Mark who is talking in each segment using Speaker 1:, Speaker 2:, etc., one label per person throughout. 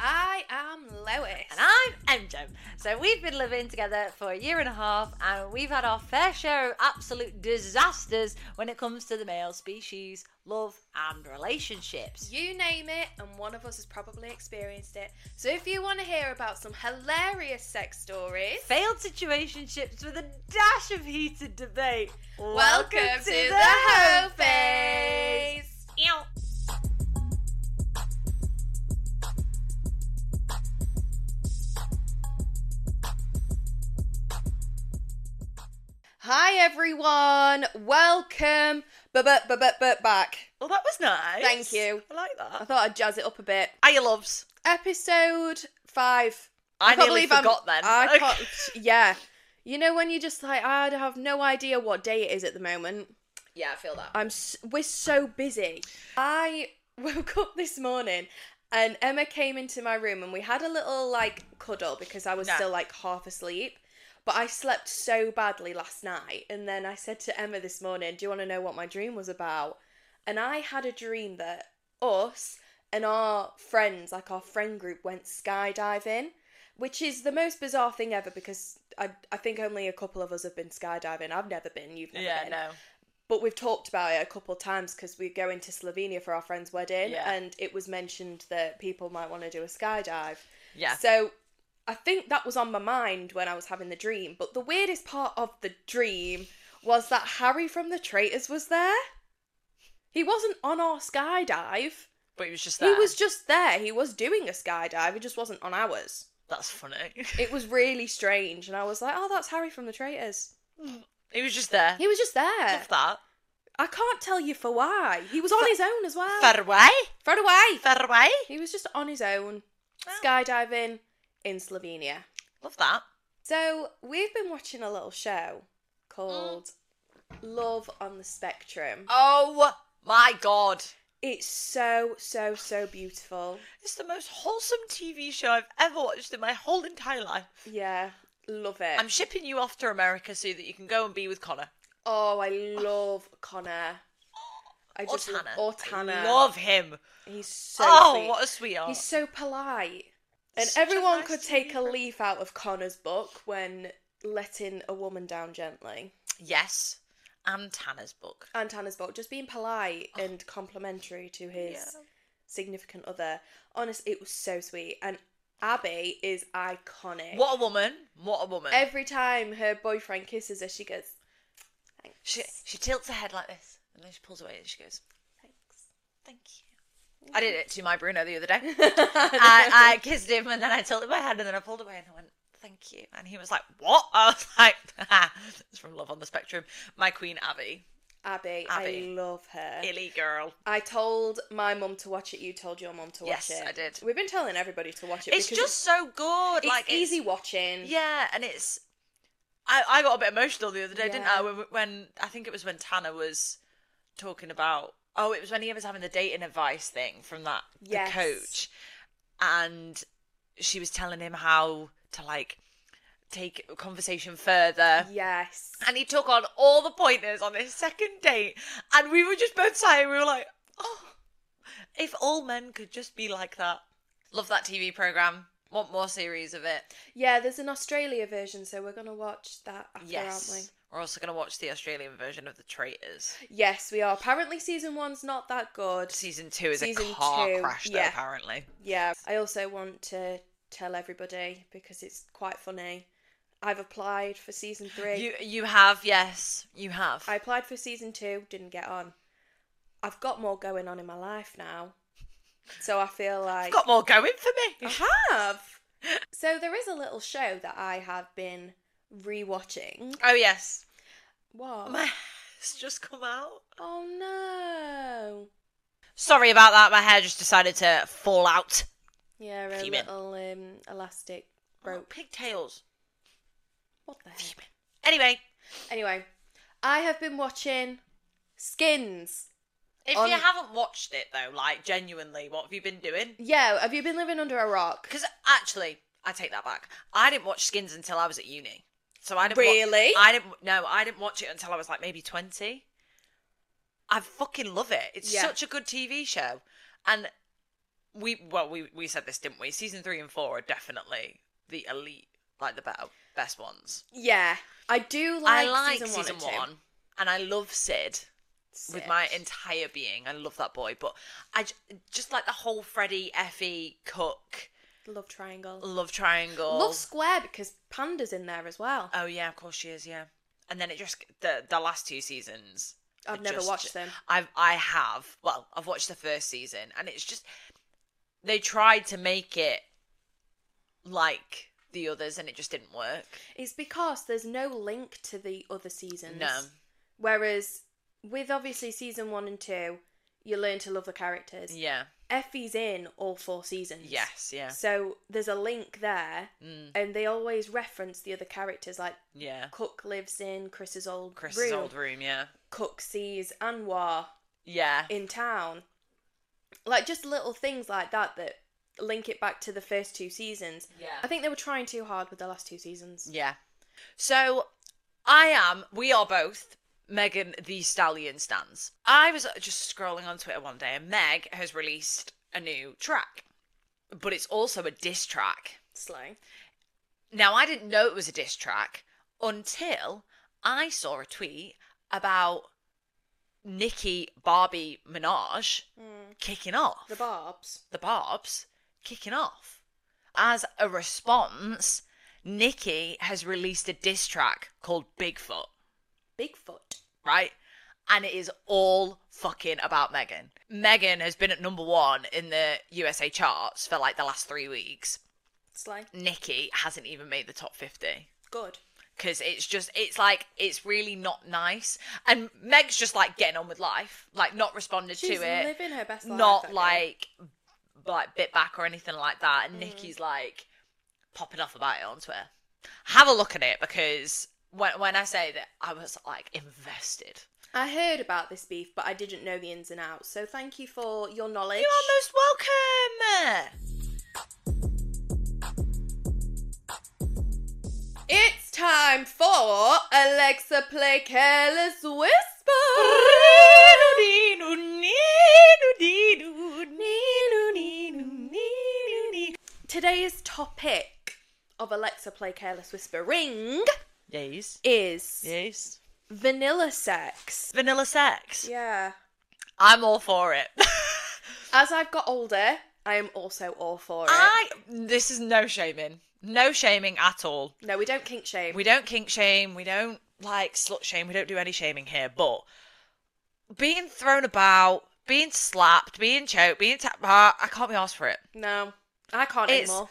Speaker 1: am Lois.
Speaker 2: And I'm MJ. So we've been living together for a year and a half, and we've had our fair share of absolute disasters when it comes to the male species, love, and relationships.
Speaker 1: You name it, and one of us has probably experienced it. So if you want to hear about some hilarious sex stories,
Speaker 2: Failed situationships with a dash of heated debate.
Speaker 1: welcome, to, the Ho Phase.
Speaker 2: Ew.
Speaker 1: Hi everyone, welcome bu- bu- bu- bu- bu- back.
Speaker 2: Well, that was nice.
Speaker 1: Thank you.
Speaker 2: I like
Speaker 1: I
Speaker 2: that.
Speaker 1: thought I'd jazz it up a bit.
Speaker 2: Are your loves?
Speaker 1: Episode five.
Speaker 2: I, um,
Speaker 1: can't
Speaker 2: nearly
Speaker 1: believe I'm-
Speaker 2: forgot then.
Speaker 1: I can't. yeah. You know when you're just like, "Ah, I have no idea what day it is at the moment.
Speaker 2: Yeah, I feel that.
Speaker 1: I'm s- we're so busy. I woke up this morning and Emma came into my room and we had a little like cuddle because I was
Speaker 2: Yeah.
Speaker 1: still like half asleep. But I slept so badly last night and then I said to Emma this morning, "Do you want to know what my dream was about?" And I had a dream that us and our friends, like our friend group went skydiving, which is the most bizarre thing ever because I I think only a couple of us have been skydiving. I've never been, you've never
Speaker 2: yeah,
Speaker 1: been
Speaker 2: no.
Speaker 1: but we've talked about it a couple of times because we're going to Slovenia for our friend's wedding,
Speaker 2: Yeah.
Speaker 1: and it was mentioned that people might want to do a skydive.
Speaker 2: Yeah.
Speaker 1: So I think that was on my mind when I was having the dream. But the weirdest part of the dream was that Harry from the Traitors was there. He wasn't on our skydive.
Speaker 2: But it was just
Speaker 1: He
Speaker 2: there.
Speaker 1: was just there. He was doing a skydive. He just wasn't on ours.
Speaker 2: That's funny.
Speaker 1: It was really strange, and I was like, "Oh, that's Harry from the Traitors."
Speaker 2: He was just there.
Speaker 1: He was just there.
Speaker 2: Love that.
Speaker 1: I can't tell you for why. He was on
Speaker 2: Fa-
Speaker 1: his own as well.
Speaker 2: Far away.
Speaker 1: Throw it away.
Speaker 2: Far away. Oh.
Speaker 1: He was just on his own,
Speaker 2: Wow.
Speaker 1: skydiving in Slovenia.
Speaker 2: Love that.
Speaker 1: So we've been watching a little show called Love on the Spectrum.
Speaker 2: Oh my god.
Speaker 1: It's so, so, so beautiful.
Speaker 2: It's the most wholesome TV show I've ever watched in my whole entire life.
Speaker 1: Yeah, love it.
Speaker 2: I'm shipping you off to America so that you can go and be with Connor.
Speaker 1: oh, I love Connor. I
Speaker 2: Or
Speaker 1: just
Speaker 2: Tanner.
Speaker 1: Or Tanner.
Speaker 2: I love him.
Speaker 1: He's so
Speaker 2: oh,
Speaker 1: sweet.
Speaker 2: what a sweetheart.
Speaker 1: He's so polite. And
Speaker 2: Such a
Speaker 1: everyone
Speaker 2: nice
Speaker 1: could take a
Speaker 2: delivery.
Speaker 1: leaf out of Connor's book when letting a woman down gently.
Speaker 2: Yes. And Tanner's book.
Speaker 1: and Tanner's book, just being polite
Speaker 2: Oh.
Speaker 1: and complimentary to his significant other. Honest, it was so sweet. And Abby is iconic.
Speaker 2: What a woman. What a woman.
Speaker 1: Every time her boyfriend kisses her, she goes, "Thanks,
Speaker 2: she, she tilts her head like this and then she pulls away and she goes,
Speaker 1: thanks."
Speaker 2: Thank you. I did it to my Bruno the other day. I, I kissed him and then I tilted my head and then I pulled away and I went, Thank you. And he was like, What? I was like, It's from Love on the Spectrum. My Queen Abby.
Speaker 1: Abby,
Speaker 2: Abby.
Speaker 1: I love her.
Speaker 2: Illy girl.
Speaker 1: I told my mum to watch it. You told your mum to watch
Speaker 2: Yes,
Speaker 1: it.
Speaker 2: I did.
Speaker 1: We've been telling everybody to watch it.
Speaker 2: It's
Speaker 1: because
Speaker 2: just so good.
Speaker 1: it's,
Speaker 2: like
Speaker 1: it's easy watching.
Speaker 2: Yeah, and it's. I, I got a bit emotional the other day, didn't I?
Speaker 1: Yeah.
Speaker 2: When, when I think it was when Tanner was talking about. Oh, it was when he was having the dating advice thing from that
Speaker 1: Yes.
Speaker 2: the coach, and she was telling him how to like take a conversation further.
Speaker 1: Yes.
Speaker 2: And he took on all the pointers on this second date, and we were just both saying we were like, "Oh, if all men could just be like that." Love that TV program. Want more series of it?
Speaker 1: Yeah, there's an Australia version, so we're gonna watch that after,
Speaker 2: Yes.
Speaker 1: aren't we?
Speaker 2: We're also going to watch the Australian version of The Traitors.
Speaker 1: Yes, we are. Apparently, season one's not that good.
Speaker 2: Season two is
Speaker 1: Season
Speaker 2: a car
Speaker 1: two,
Speaker 2: crash, though,
Speaker 1: yeah.
Speaker 2: apparently.
Speaker 1: Yeah. I also want to tell everybody because it's quite funny. I've applied for season three.
Speaker 2: You you have, yes, you have.
Speaker 1: I applied for season two, didn't get on. I've got more going on in my life now. So I feel like.
Speaker 2: I've got more going for me.
Speaker 1: I have! so there is a little show that I have been rewatching.
Speaker 2: Oh, yes.
Speaker 1: What?
Speaker 2: My hair's just come out.
Speaker 1: Oh no!
Speaker 2: Sorry about that. My hair just decided to fall out.
Speaker 1: Yeah, a
Speaker 2: Fuming.
Speaker 1: little um, elastic
Speaker 2: Broke
Speaker 1: rope.
Speaker 2: pigtails.
Speaker 1: What the heck?
Speaker 2: Fuming. Anyway,
Speaker 1: Anyway, I have been watching Skins.
Speaker 2: if
Speaker 1: On-
Speaker 2: you haven't watched it, though, like, genuinely, what have you been doing?
Speaker 1: Yeah, have you been living under a rock?
Speaker 2: Because actually, I take that back. I didn't watch Skins until I was at uni. So I didn't wa-
Speaker 1: Really?
Speaker 2: I didn't. No, I didn't watch it until I was like maybe twenty. I fucking love it. It's
Speaker 1: Yeah.
Speaker 2: such a good TV show, and we well we we said this didn't we? Season three and four are definitely the elite, like the better best ones.
Speaker 1: Yeah, I do like,
Speaker 2: I like
Speaker 1: season,
Speaker 2: season
Speaker 1: one.
Speaker 2: one,
Speaker 1: and two.
Speaker 2: and I love Sid with my
Speaker 1: Sick.
Speaker 2: entire being. I love that boy, but I j- just like the whole Freddie, Effie, Cook
Speaker 1: love triangle.
Speaker 2: love triangle.
Speaker 1: Love square because panda's in there as well.
Speaker 2: oh yeah, of course she is. Yeah, and then it just the the last two seasons.
Speaker 1: I've never
Speaker 2: just-
Speaker 1: watched them.
Speaker 2: I've I have well, I've watched the first season, and it's just they tried to make it like the others, and it just didn't work.
Speaker 1: It's because there's no link to the other seasons.
Speaker 2: No,
Speaker 1: Whereas with obviously season one and two, you learn to love the characters.
Speaker 2: yeah,
Speaker 1: Effie's in all four seasons.
Speaker 2: yes, yeah,
Speaker 1: So there's a link there,
Speaker 2: mm,
Speaker 1: and they always reference the other characters. Like
Speaker 2: yeah.
Speaker 1: Cook lives in Chris's old
Speaker 2: Chris's
Speaker 1: room.
Speaker 2: old room, yeah,
Speaker 1: Cook sees Anwar
Speaker 2: yeah,
Speaker 1: in town. Like just little things like that that link it back to the first two seasons. I
Speaker 2: yeah,
Speaker 1: think they were trying too hard with the last two seasons.
Speaker 2: yeah. So I am. We are both. Megan the Stallion stands. I was just scrolling on Twitter one day and Meg has released a new track, but it's also a diss track.
Speaker 1: Slow.
Speaker 2: Now, I didn't know it was a diss track until I saw a tweet about Nicki Barbie Minaj
Speaker 1: Mm.
Speaker 2: kicking off.
Speaker 1: The Barbs.
Speaker 2: The Barbs kicking off. As a response, Nicki has released a diss track called Bigfoot,
Speaker 1: Bigfoot.
Speaker 2: right? And it is all fucking about Megan. Megan has been at number one in the USA charts for like the last three weeks.
Speaker 1: Slow.
Speaker 2: Nicki hasn't even made the top 50.
Speaker 1: Good.
Speaker 2: because it's just it's like it's really not nice and meg's just like getting on with life like not responded
Speaker 1: She's
Speaker 2: to it
Speaker 1: living her best life. that
Speaker 2: not
Speaker 1: girl.
Speaker 2: like b- like bit back or anything like that and nikki's like popping off about it on twitter have a look at it because when, when i say that i was like invested
Speaker 1: I heard about this beef, but I didn't know the ins and outs. So thank you for your knowledge.
Speaker 2: you are most welcome
Speaker 1: It's time for Alexa play careless whisper. Today's topic of Alexa play careless whispering
Speaker 2: yes
Speaker 1: is
Speaker 2: yes
Speaker 1: vanilla sex.
Speaker 2: vanilla sex
Speaker 1: Yeah.
Speaker 2: I'm all for it.
Speaker 1: As I've got older, I am also all for it.
Speaker 2: I this is no shaming. No shaming at all.
Speaker 1: No, we don't kink shame.
Speaker 2: We don't kink shame, we don't like slut shame, we don't do any shaming here, but being thrown about, being slapped, being choked, being tapped ah, I can't be asked for it.
Speaker 1: no, I can't
Speaker 2: It's-
Speaker 1: anymore.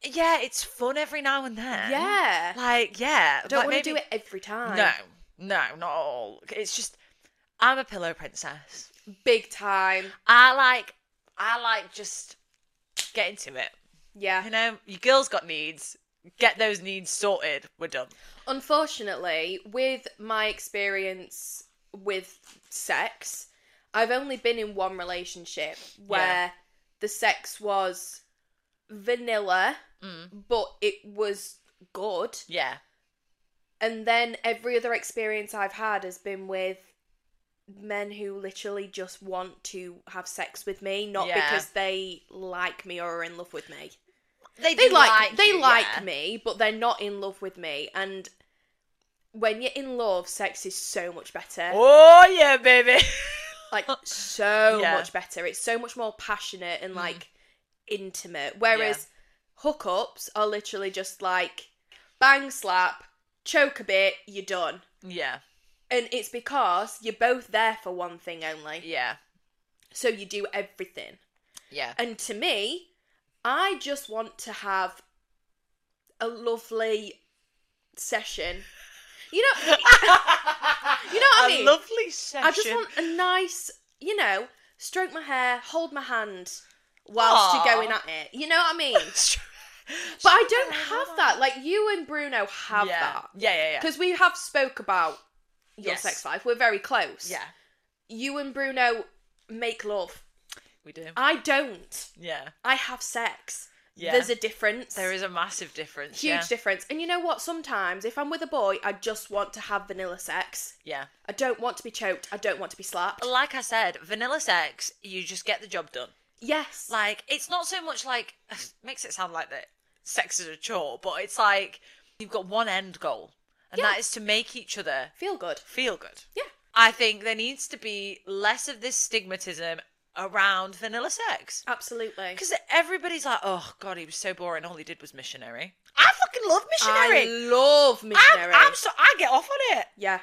Speaker 2: Yeah, it's fun every now and then.
Speaker 1: Yeah.
Speaker 2: Like, yeah.
Speaker 1: I don't
Speaker 2: like
Speaker 1: want to
Speaker 2: maybe-
Speaker 1: do it every time.
Speaker 2: No, no, not at all. It's just I'm a pillow princess.
Speaker 1: Big time.
Speaker 2: I like I like just get into it.
Speaker 1: Yeah.
Speaker 2: You know, your girl's got needs. Get those needs sorted. We're done.
Speaker 1: Unfortunately, with my experience with sex, I've only been in one relationship where
Speaker 2: Yeah.
Speaker 1: the sex was vanilla,
Speaker 2: Mm.
Speaker 1: but it was good.
Speaker 2: Yeah.
Speaker 1: And then every other experience I've had has been with men who literally just want to have sex with me, not
Speaker 2: Yeah.
Speaker 1: because they like me or are in love with me. they
Speaker 2: do
Speaker 1: like, they
Speaker 2: you,
Speaker 1: like
Speaker 2: yeah.
Speaker 1: me, but they're not in love with me. And when you're in love, sex is so much better.
Speaker 2: Oh yeah, baby.
Speaker 1: Like so
Speaker 2: Yeah. Mm.
Speaker 1: much better. It's so much more passionate and like intimate. Whereas hookups are literally just like bang slap, choke a bit, you're done.
Speaker 2: yeah.
Speaker 1: And it's because you're both there for one thing only.
Speaker 2: Yeah.
Speaker 1: So you do everything.
Speaker 2: Yeah.
Speaker 1: And to me, I just want to have a lovely session. You know, you know what I
Speaker 2: A
Speaker 1: mean?
Speaker 2: lovely session.
Speaker 1: I just want a nice, you know, stroke my hair, hold my hand whilst
Speaker 2: Aw.
Speaker 1: you're going at it. You know what I mean? But I don't have that. Like you and Bruno have
Speaker 2: yeah.
Speaker 1: that
Speaker 2: Yeah, yeah, yeah.
Speaker 1: because we have spoke about your
Speaker 2: Yes.
Speaker 1: sex life. We're very close.
Speaker 2: Yeah,
Speaker 1: You and Bruno make love.
Speaker 2: we do.
Speaker 1: I don't.
Speaker 2: Yeah.
Speaker 1: I have sex.
Speaker 2: Yeah.
Speaker 1: There's a difference.
Speaker 2: there is a massive difference.
Speaker 1: Huge
Speaker 2: yeah.
Speaker 1: difference. And you know what? Sometimes if I'm with a boy, I just want to have vanilla sex.
Speaker 2: yeah.
Speaker 1: I don't want to be choked. I don't want to be slapped.
Speaker 2: Like I said, vanilla sex, you just get the job done.
Speaker 1: Yes.
Speaker 2: Like, it's not so much like makes it sound like that sex is a chore, but it's like you've got one end goal, and
Speaker 1: Yeah.
Speaker 2: that is to make each other
Speaker 1: Feel good.
Speaker 2: feel good.
Speaker 1: Yeah.
Speaker 2: I think there needs to be less of this stigmatism around vanilla sex.
Speaker 1: Absolutely.
Speaker 2: Because everybody's like, oh god, he was so boring. All he did was missionary. I fucking love missionary.
Speaker 1: I love missionary.
Speaker 2: I'm, I'm so I get off on it.
Speaker 1: yeah.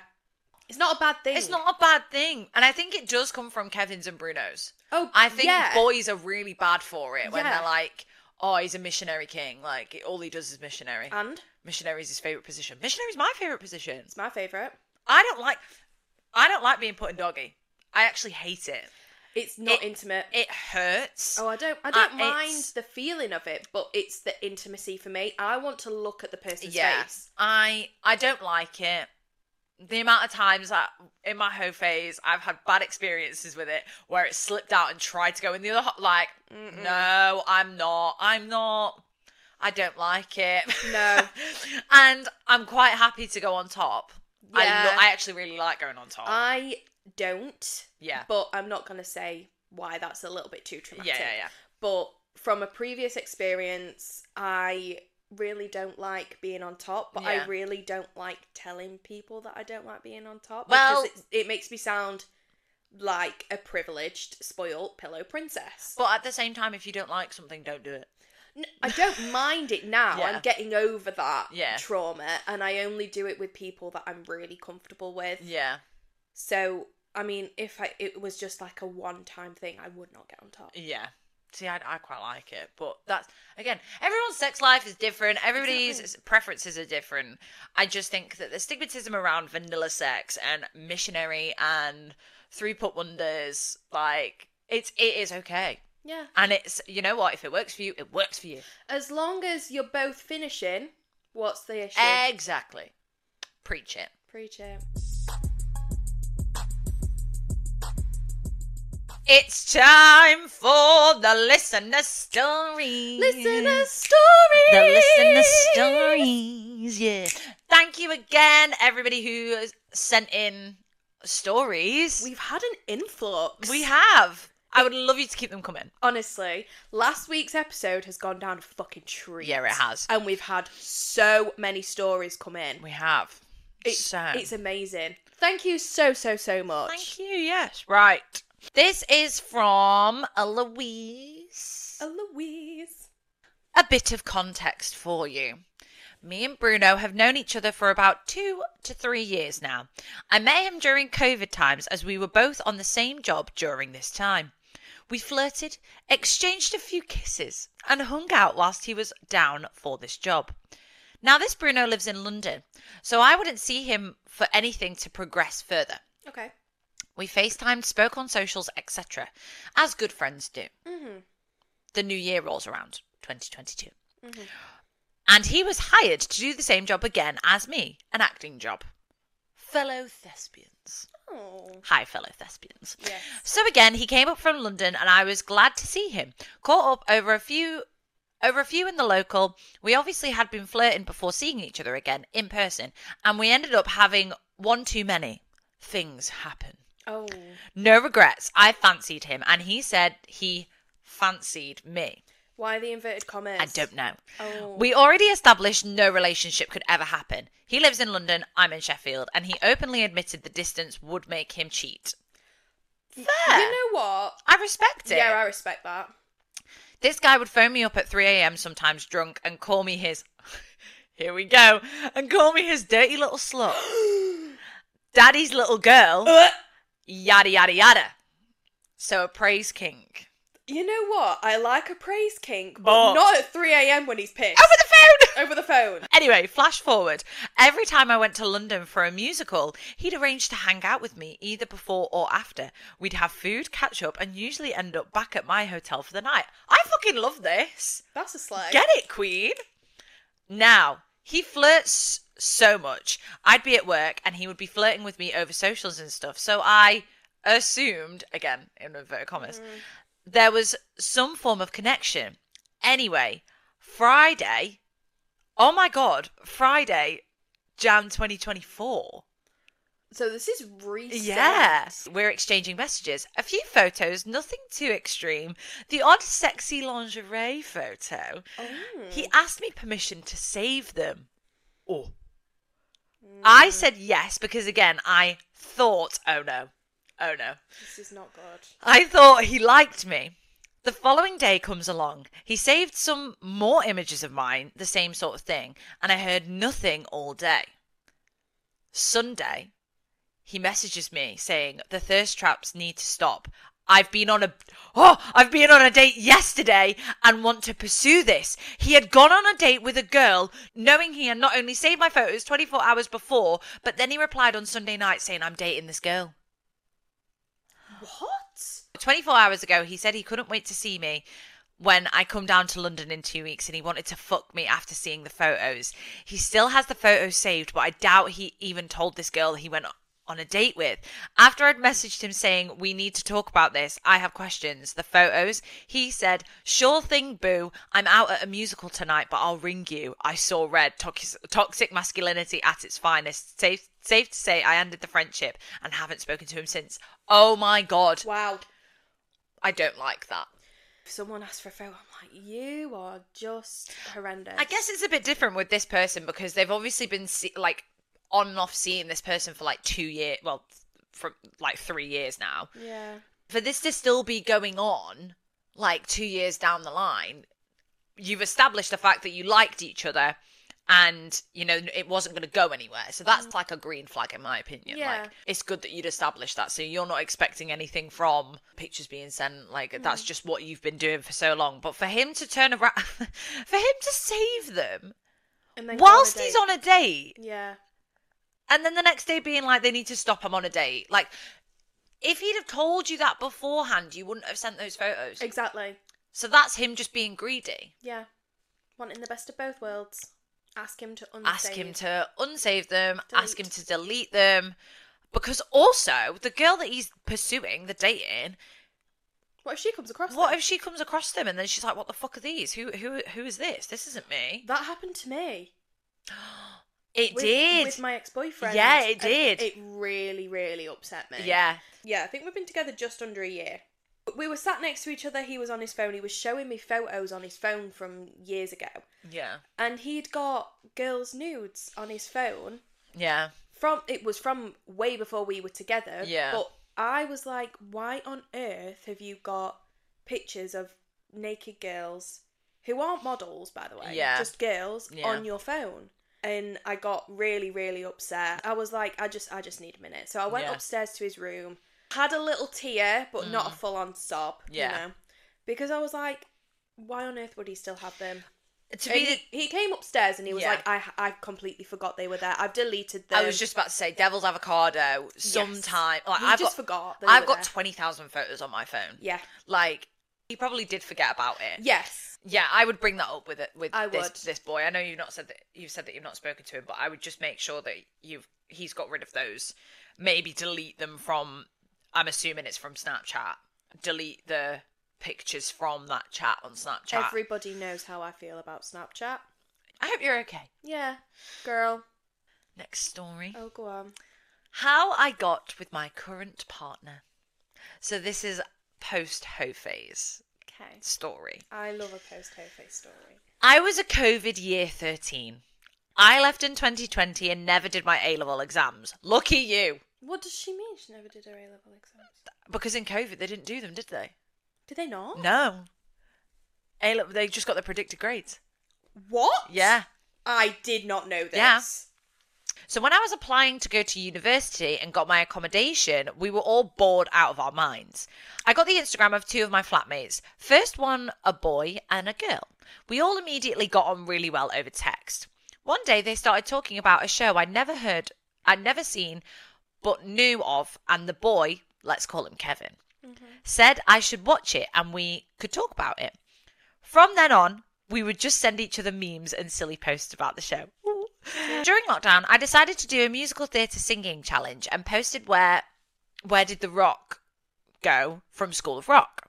Speaker 1: It's not a bad thing.
Speaker 2: It's not a bad thing, and I think it does come from Kevin's and Bruno's.
Speaker 1: Oh,
Speaker 2: I think
Speaker 1: yeah.
Speaker 2: boys are really bad for it when
Speaker 1: Yeah.
Speaker 2: they're like, "Oh, he's a missionary king. Like all he does is missionary.
Speaker 1: And
Speaker 2: missionary is his favorite position. Missionary is my favorite position.
Speaker 1: it's my favourite.
Speaker 2: I don't like, I don't like being put in doggy. I actually hate it.
Speaker 1: It's not
Speaker 2: It-
Speaker 1: intimate.
Speaker 2: It hurts.
Speaker 1: Oh, I don't. I
Speaker 2: Uh,
Speaker 1: don't mind
Speaker 2: it's-
Speaker 1: the feeling of it, but it's the intimacy for me. I want to look at the person's
Speaker 2: Yeah.
Speaker 1: face.
Speaker 2: I I don't like it. The amount of times that in my hoe phase I've had bad experiences with it, where it slipped out and tried to go in the other ho- like.
Speaker 1: Mm-mm.
Speaker 2: No, I'm not. I'm not. I don't like it.
Speaker 1: No.
Speaker 2: and I'm quite happy to go on top. I,
Speaker 1: Yeah. Ah,
Speaker 2: lo- I actually really like going on top.
Speaker 1: I don't.
Speaker 2: yeah.
Speaker 1: But I'm not gonna say why. That's a little bit too
Speaker 2: Yeah,
Speaker 1: traumatic.
Speaker 2: yeah, yeah.
Speaker 1: But from a previous experience, I really don't like being on top. But I
Speaker 2: Yeah.
Speaker 1: really don't like telling people that I don't like being on top.
Speaker 2: Well-
Speaker 1: because it's, it makes me sound like a privileged, spoiled pillow princess.
Speaker 2: But at the same time, if you don't like something, don't do it.
Speaker 1: N- I don't mind it now.
Speaker 2: Yeah.
Speaker 1: I'm getting over that
Speaker 2: Yeah.
Speaker 1: trauma, and I only do it with people that I'm really comfortable with.
Speaker 2: Yeah,
Speaker 1: So, I mean, if I, it was just like a one time thing, I would not get on top.
Speaker 2: yeah. See, I, I quite like it, but that's again, everyone's sex life is different. Everybody's
Speaker 1: Exactly.
Speaker 2: preferences are different. I just think that the stigmatism around vanilla sex and missionary and three put wonders, like it's it is okay.
Speaker 1: Yeah.
Speaker 2: And it's you know what? If it works for you, it works for you.
Speaker 1: As long as you're both finishing, what's the issue?
Speaker 2: Eh. Exactly. Preach it.
Speaker 1: Preach it.
Speaker 2: It's time for the listener story.
Speaker 1: Listener story.
Speaker 2: The listener stories. Yeah. Thank you again, everybody who has sent in stories.
Speaker 1: We've had an influx.
Speaker 2: we have. I would love you to keep them coming.
Speaker 1: Honestly, last week's episode has gone down a fucking tree.
Speaker 2: Yeah, it has.
Speaker 1: And we've had so many stories come in.
Speaker 2: We have.
Speaker 1: It's,
Speaker 2: so
Speaker 1: it's amazing. Thank you so, so, so much.
Speaker 2: Thank you. Yes. Right. This is from Eloise.
Speaker 1: Eloise.
Speaker 2: A bit of context for you. Me and Bruno have known each other for about two to three years now. I met him during COVID times as we were both on the same job during this time. We flirted, exchanged a few kisses, and hung out whilst he was down for this job. Now, this Bruno lives in London, so I wouldn't see him for anything to progress further.
Speaker 1: Okay.
Speaker 2: We FaceTimed, spoke on socials, etc., as good friends do
Speaker 1: Mm-hmm.
Speaker 2: the new year rolls around 2022
Speaker 1: Mhm.
Speaker 2: and he was hired to do the same job again as me an acting job fellow thespians
Speaker 1: Oh.
Speaker 2: hi fellow thespians
Speaker 1: Yes.
Speaker 2: so again he came up from london and i was glad to see him caught up over a few over a few in the local we obviously had been flirting before seeing each other again in person and we ended up having one too many things happen
Speaker 1: Oh.
Speaker 2: no regrets i fancied him and he said he fancied me
Speaker 1: Why the inverted commas?
Speaker 2: i don't know
Speaker 1: Oh.
Speaker 2: we already established no relationship could ever happen. He lives in London, I'm in Sheffield, and he openly admitted the distance would make him cheat.
Speaker 1: You know what?
Speaker 2: I respect it.
Speaker 1: Yeah, I respect that.
Speaker 2: This guy would phone me up at 3 a.m. sometimes drunk and call me his. Here we go. And call me his dirty little slut. Daddy's little
Speaker 1: Uh.
Speaker 2: girl. Yada, yada, yada. So a praise king.
Speaker 1: you know what? I like a praise kink, but,
Speaker 2: But-
Speaker 1: not at 3 a.m. when he's pissed.
Speaker 2: Over the phone!
Speaker 1: Over the phone.
Speaker 2: Anyway, flash forward. Every time I went to London for a musical, he'd arrange to hang out with me either before or after. We'd have food, catch up, and usually end up back at my hotel for the night. I fucking love this.
Speaker 1: That's a slag.
Speaker 2: Get it, Queen? Now, he flirts so much. I'd be at work and he would be flirting with me over socials and stuff. So I assumed, again, in inverted commas, there was some form of connection. Anyway, Friday, oh my God, Friday, Jan 2024.
Speaker 1: So this is recent.
Speaker 2: Yeah. We're exchanging messages. A few photos, nothing too extreme. The odd sexy lingerie photo.
Speaker 1: Oh.
Speaker 2: He asked me permission to save them. Oh. I said yes because, again, I thought, oh no, oh no.
Speaker 1: This is not good.
Speaker 2: I thought he liked me. The following day comes along. He saved some more images of mine, the same sort of thing, and I heard nothing all day. Sunday, he messages me saying the thirst traps need to stop. I've been on a oh, I've been on a date yesterday and want to pursue this. He had gone on a date with a girl, knowing he had not only saved my photos 24 hours before, but then he replied on Sunday night saying I'm dating this girl.
Speaker 1: What?
Speaker 2: 24 hours ago, he said he couldn't wait to see me when I come down to London in two weeks and he wanted to fuck me after seeing the photos. He still has the photos saved, but I doubt he even told this girl he went on a date with. After I'd messaged him saying, We need to talk about this, I have questions, the photos, he said, Sure thing, boo. I'm out at a musical tonight, but I'll ring you. I saw red, tox- toxic masculinity at its finest. Safe, safe to say, I ended the friendship and haven't spoken to him since. Oh my god.
Speaker 1: Wow.
Speaker 2: I don't like that.
Speaker 1: If someone asks for a photo, I'm like, you are just horrendous.
Speaker 2: I guess it's a bit different with this person because they've obviously been see- like on and off seeing this person for like two years, well, from like three years now.
Speaker 1: Yeah.
Speaker 2: For this to still be going on, like two years down the line, you've established the fact that you liked each other, and you know it wasn't going to go anywhere. So that's like a green flag, in my opinion.
Speaker 1: Mm. Yeah.
Speaker 2: Like it's good that you'd established that, so you're not expecting anything from pictures being sent. Like
Speaker 1: Mm.
Speaker 2: that's just what you've been doing for so long. But for him to turn around, for him to save them
Speaker 1: And then go
Speaker 2: whilst
Speaker 1: a
Speaker 2: he's
Speaker 1: date.
Speaker 2: on a date
Speaker 1: Yeah.
Speaker 2: and then the next day being like they need to stop i'm on a date like if he'd have told you that beforehand you wouldn't have sent those photos
Speaker 1: Exactly.
Speaker 2: so that's him just being greedy
Speaker 1: Yeah. Wanting the best of both worlds. Ask him to unsave.
Speaker 2: ask him to unsave them ask him
Speaker 1: Delete.
Speaker 2: to delete them because also the girl that he's pursuing the dating
Speaker 1: What if she comes across?
Speaker 2: what
Speaker 1: them?
Speaker 2: if she comes across them and then she's like what the fuck are these who who who is this this isn't me
Speaker 1: that happened to me?
Speaker 2: it
Speaker 1: with,
Speaker 2: did
Speaker 1: with my ex-boyfriend.
Speaker 2: Yeah, it
Speaker 1: and
Speaker 2: did.
Speaker 1: It really, really upset me.
Speaker 2: yeah
Speaker 1: Yeah, I think we've been together just under a year. We were sat next to each other. He was on his phone. He was showing me photos on his phone from years ago,
Speaker 2: yeah
Speaker 1: and he'd got girls' nudes on his phone
Speaker 2: yeah
Speaker 1: from. It was from way before we were together.
Speaker 2: Yeah.
Speaker 1: But I was like, why on earth have you got pictures of naked girls who aren't models, by the way?
Speaker 2: Yeah.
Speaker 1: Just girls
Speaker 2: Yeah.
Speaker 1: on your phone. And I got really, really upset. I was like, I just, I just need a minute. So I went
Speaker 2: Yeah.
Speaker 1: upstairs to his room, had a little tear, but not a full-on sob.
Speaker 2: Mm. Yeah.
Speaker 1: You know? Because I was like, why on earth would he still have them?
Speaker 2: to
Speaker 1: And
Speaker 2: be
Speaker 1: he,
Speaker 2: the,
Speaker 1: he came upstairs and he was
Speaker 2: Yeah.
Speaker 1: like, I, I completely forgot they were there. I've deleted them.
Speaker 2: I was just about to say devil's avocado. Sometime, like
Speaker 1: He
Speaker 2: I've
Speaker 1: just
Speaker 2: got,
Speaker 1: forgot. they
Speaker 2: I've
Speaker 1: were
Speaker 2: got
Speaker 1: there.
Speaker 2: twenty thousand photos on my phone.
Speaker 1: yeah.
Speaker 2: Like he probably did forget about it.
Speaker 1: Yes.
Speaker 2: Yeah, I would bring that up with it with
Speaker 1: I
Speaker 2: this
Speaker 1: would.
Speaker 2: this boy. I know you've not said that you've said that you've not spoken to him, but I would just make sure that you've he's got rid of those. Maybe delete them from. I'm assuming it's from Snapchat. Delete the pictures from that chat on Snapchat.
Speaker 1: Everybody knows how I feel about Snapchat.
Speaker 2: I hope you're okay.
Speaker 1: Yeah, girl.
Speaker 2: Next story.
Speaker 1: Oh, go on.
Speaker 2: How I got with my current partner. So this is post ho phase
Speaker 1: Okay.
Speaker 2: story.
Speaker 1: I love a post ho face story.
Speaker 2: I was a COVID year 13. I left in 2020 and never did my A level exams. Lucky you.
Speaker 1: What does she mean? She never did her A level exams.
Speaker 2: Because in COVID they didn't do them, did they?
Speaker 1: Did they not?
Speaker 2: No. A level they just got the predicted grades.
Speaker 1: What?
Speaker 2: Yeah.
Speaker 1: I did not know this.
Speaker 2: Yeah. So when I was applying to go to university and got my accommodation, we were all bored out of our minds. I got the Instagram of two of my flatmates. First one, a boy and a girl. We all immediately got on really well over text. One day they started talking about a show I'd never heard, I'd never seen, but knew of, and the boy, let's call him Kevin, said I should watch it and we could talk about it. From then on, we would just send each other memes and silly posts about the show. During lockdown, I decided to do a musical theatre singing challenge and posted where where did the rock go from School of Rock.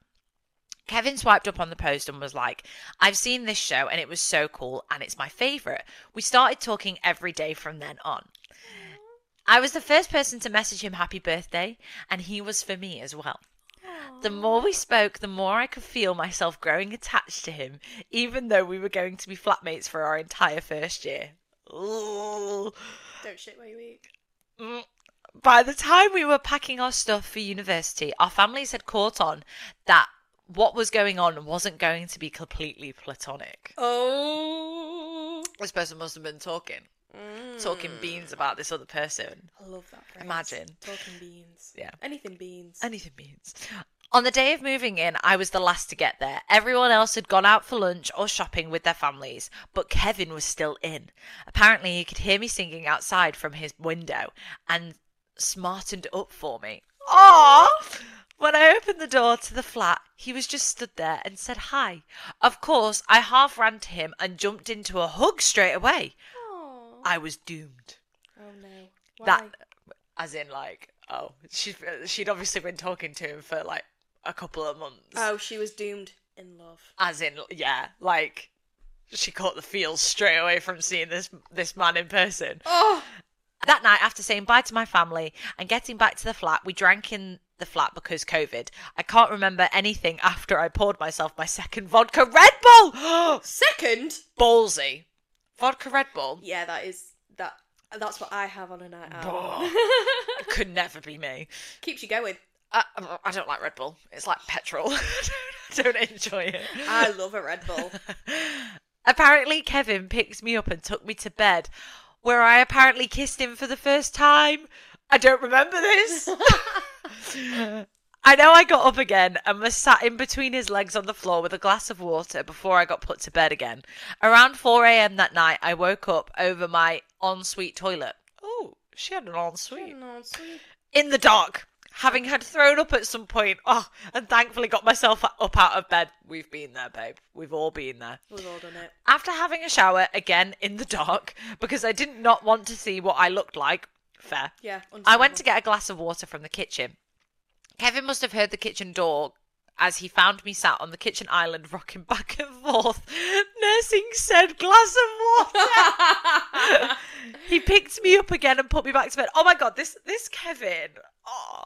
Speaker 2: Kevin swiped up on the post and was like, I've seen this show and it was so cool and it's my favourite. We started talking every day from then on. I was the first person to message him happy birthday, and he was for me as well. The more we spoke, the more I could feel myself growing attached to him, even though we were going to be flatmates for our entire first year. Ooh.
Speaker 1: Don't shit where you eat.
Speaker 2: Mm. By the time we were packing our stuff for university, our families had caught on that what was going on wasn't going to be completely platonic.
Speaker 1: Oh.
Speaker 2: This person must have been talking, talking beans about this other person.
Speaker 1: I love that phrase.
Speaker 2: Imagine.
Speaker 1: Talking beans.
Speaker 2: Yeah.
Speaker 1: Anything beans.
Speaker 2: Anything means. On the day of moving in, I was the last to get there. Everyone else had gone out for lunch or shopping with their families, but Kevin was still in. Apparently, he could hear me singing outside from his window and smartened up for me. Aww! When I opened the door to the flat, he was just stood there and said hi. Of course, I half ran to him and jumped into a hug straight away.
Speaker 1: Oh.
Speaker 2: I was doomed.
Speaker 1: oh no. Why?
Speaker 2: That, as in, like, oh, she'd, she'd obviously been talking to him for like a couple of months.
Speaker 1: Oh, she was doomed in love.
Speaker 2: as in yeah like she caught the feels straight away from seeing this this man in person
Speaker 1: Oh.
Speaker 2: that night after saying bye to my family and getting back to the flat we drank in the flat because covid i can't remember anything after i poured myself my second vodka red bull
Speaker 1: Second.
Speaker 2: ballsy vodka red bull
Speaker 1: Yeah, that is that. That's what I have on a night out.
Speaker 2: Bah. could never be me
Speaker 1: Keeps you going.
Speaker 2: I, I don't like red bull it's like petrol I don't enjoy it
Speaker 1: I love a Red Bull.
Speaker 2: Apparently, Kevin picked me up and took me to bed, where I apparently kissed him for the first time. I don't remember this. I know I got up again and was sat in between his legs on the floor with a glass of water before I got put to bed again. Around 4 a.m. that night, I woke up over my ensuite toilet. Oh, she had an ensuite
Speaker 1: No, sweet.
Speaker 2: in the dark, having had thrown up at some point. Oh, and thankfully got myself up out of bed. We've been there, babe. We've all been there.
Speaker 1: We've all done it.
Speaker 2: After having a shower, again in the dark, because I did not want to see what I looked like, fair,
Speaker 1: Yeah.
Speaker 2: I went
Speaker 1: understandable.
Speaker 2: to get a glass of water from the kitchen. Kevin must have heard the kitchen door as he found me sat on the kitchen island rocking back and forth, nursing said glass of water. he picked me up again and put me back to bed. Oh my god, this this Kevin. Oh.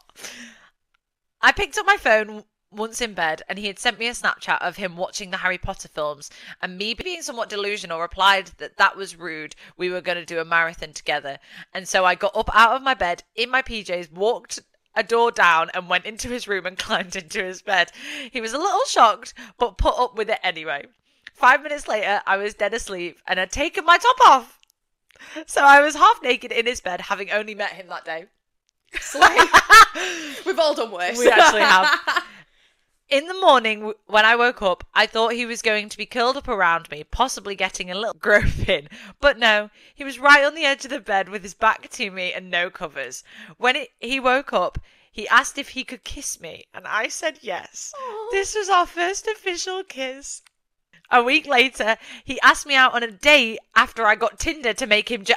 Speaker 2: I picked up my phone once in bed and he had sent me a Snapchat of him watching the Harry Potter films and me being somewhat delusional replied that that was rude. We were going to do a marathon together. And so I got up out of my bed in my PJs, walked a door down and went into his room and climbed into his bed. He was a little shocked but put up with it anyway. 5 minutes later I was dead asleep and had taken my top off. So I was half naked in his bed having only met him that day.
Speaker 1: Slay. We've all done worse.
Speaker 2: We actually have. In the morning, w- when I woke up, I thought he was going to be curled up around me, possibly getting a little growth in. But no, he was right on the edge of the bed with his back to me and no covers. When it, he woke up, he asked if he could kiss me, and I said yes.
Speaker 1: Aw.
Speaker 2: This was our first official kiss. A week later, he asked me out on a date after I got Tinder to make him je-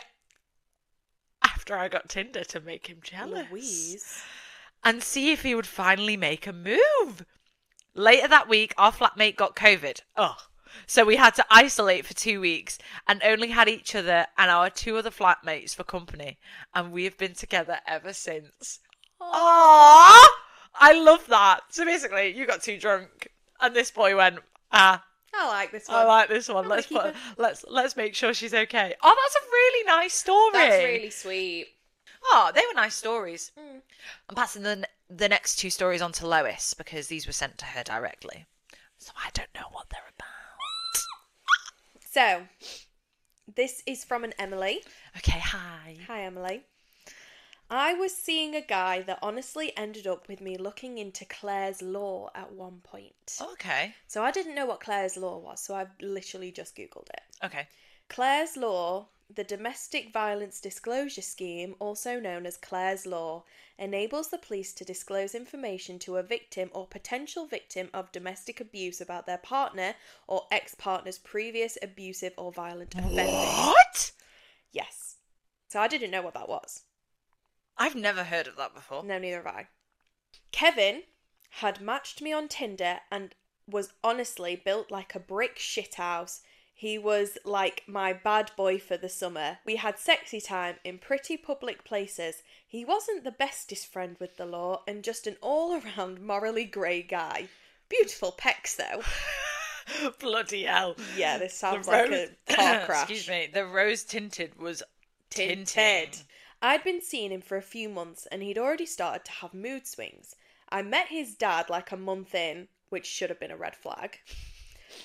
Speaker 2: after I got Tinder to make him jealous
Speaker 1: Louise.
Speaker 2: and see if he would finally make a move. Later that week, our flatmate got COVID. Oh. So we had to isolate for two weeks and only had each other and our two other flatmates for company. And we have been together ever since. Aww! I love that. So basically, you got too drunk, and this boy went, "Ah,
Speaker 1: I like this one.
Speaker 2: I like this one.
Speaker 1: I'm
Speaker 2: Let's
Speaker 1: gonna
Speaker 2: put,
Speaker 1: keep
Speaker 2: let's let's make sure she's okay." Oh, that's a really nice story.
Speaker 1: That's really sweet.
Speaker 2: Oh, they were nice stories.
Speaker 1: Mm.
Speaker 2: I'm passing the n- the next two stories on to Lois because these were sent to her directly, so I don't know what they're about.
Speaker 1: So, this is from an Emily.
Speaker 2: Okay, hi.
Speaker 1: Hi, Emily. I was seeing a guy that honestly ended up with me looking into Claire's Law at one point.
Speaker 2: Okay,
Speaker 1: So I didn't know what Claire's Law was, so I've literally just Googled it.
Speaker 2: okay.
Speaker 1: Claire's Law, the Domestic Violence Disclosure Scheme, also known as Claire's Law, enables the police to disclose information to a victim or potential victim of domestic abuse about their partner or ex partner's previous abusive or violent offences.
Speaker 2: What?
Speaker 1: Yes. So I didn't know what that was.
Speaker 2: I've never heard of that before.
Speaker 1: No, neither have I. Kevin had matched me on Tinder and was honestly built like a brick shithouse. He was like my bad boy for the summer. We had sexy time in pretty public places. He wasn't the bestest friend with the law and just an all around morally grey guy. Beautiful pecs, though.
Speaker 2: Bloody hell.
Speaker 1: Yeah, this
Speaker 2: The
Speaker 1: sounds like
Speaker 2: rose-
Speaker 1: a car crash.
Speaker 2: Excuse me. The rose tinted was
Speaker 1: Tinted.
Speaker 2: tinted.
Speaker 1: I'd been seeing him for a few months and he'd already started to have mood swings. I met his dad like a month in, which should have been a red flag,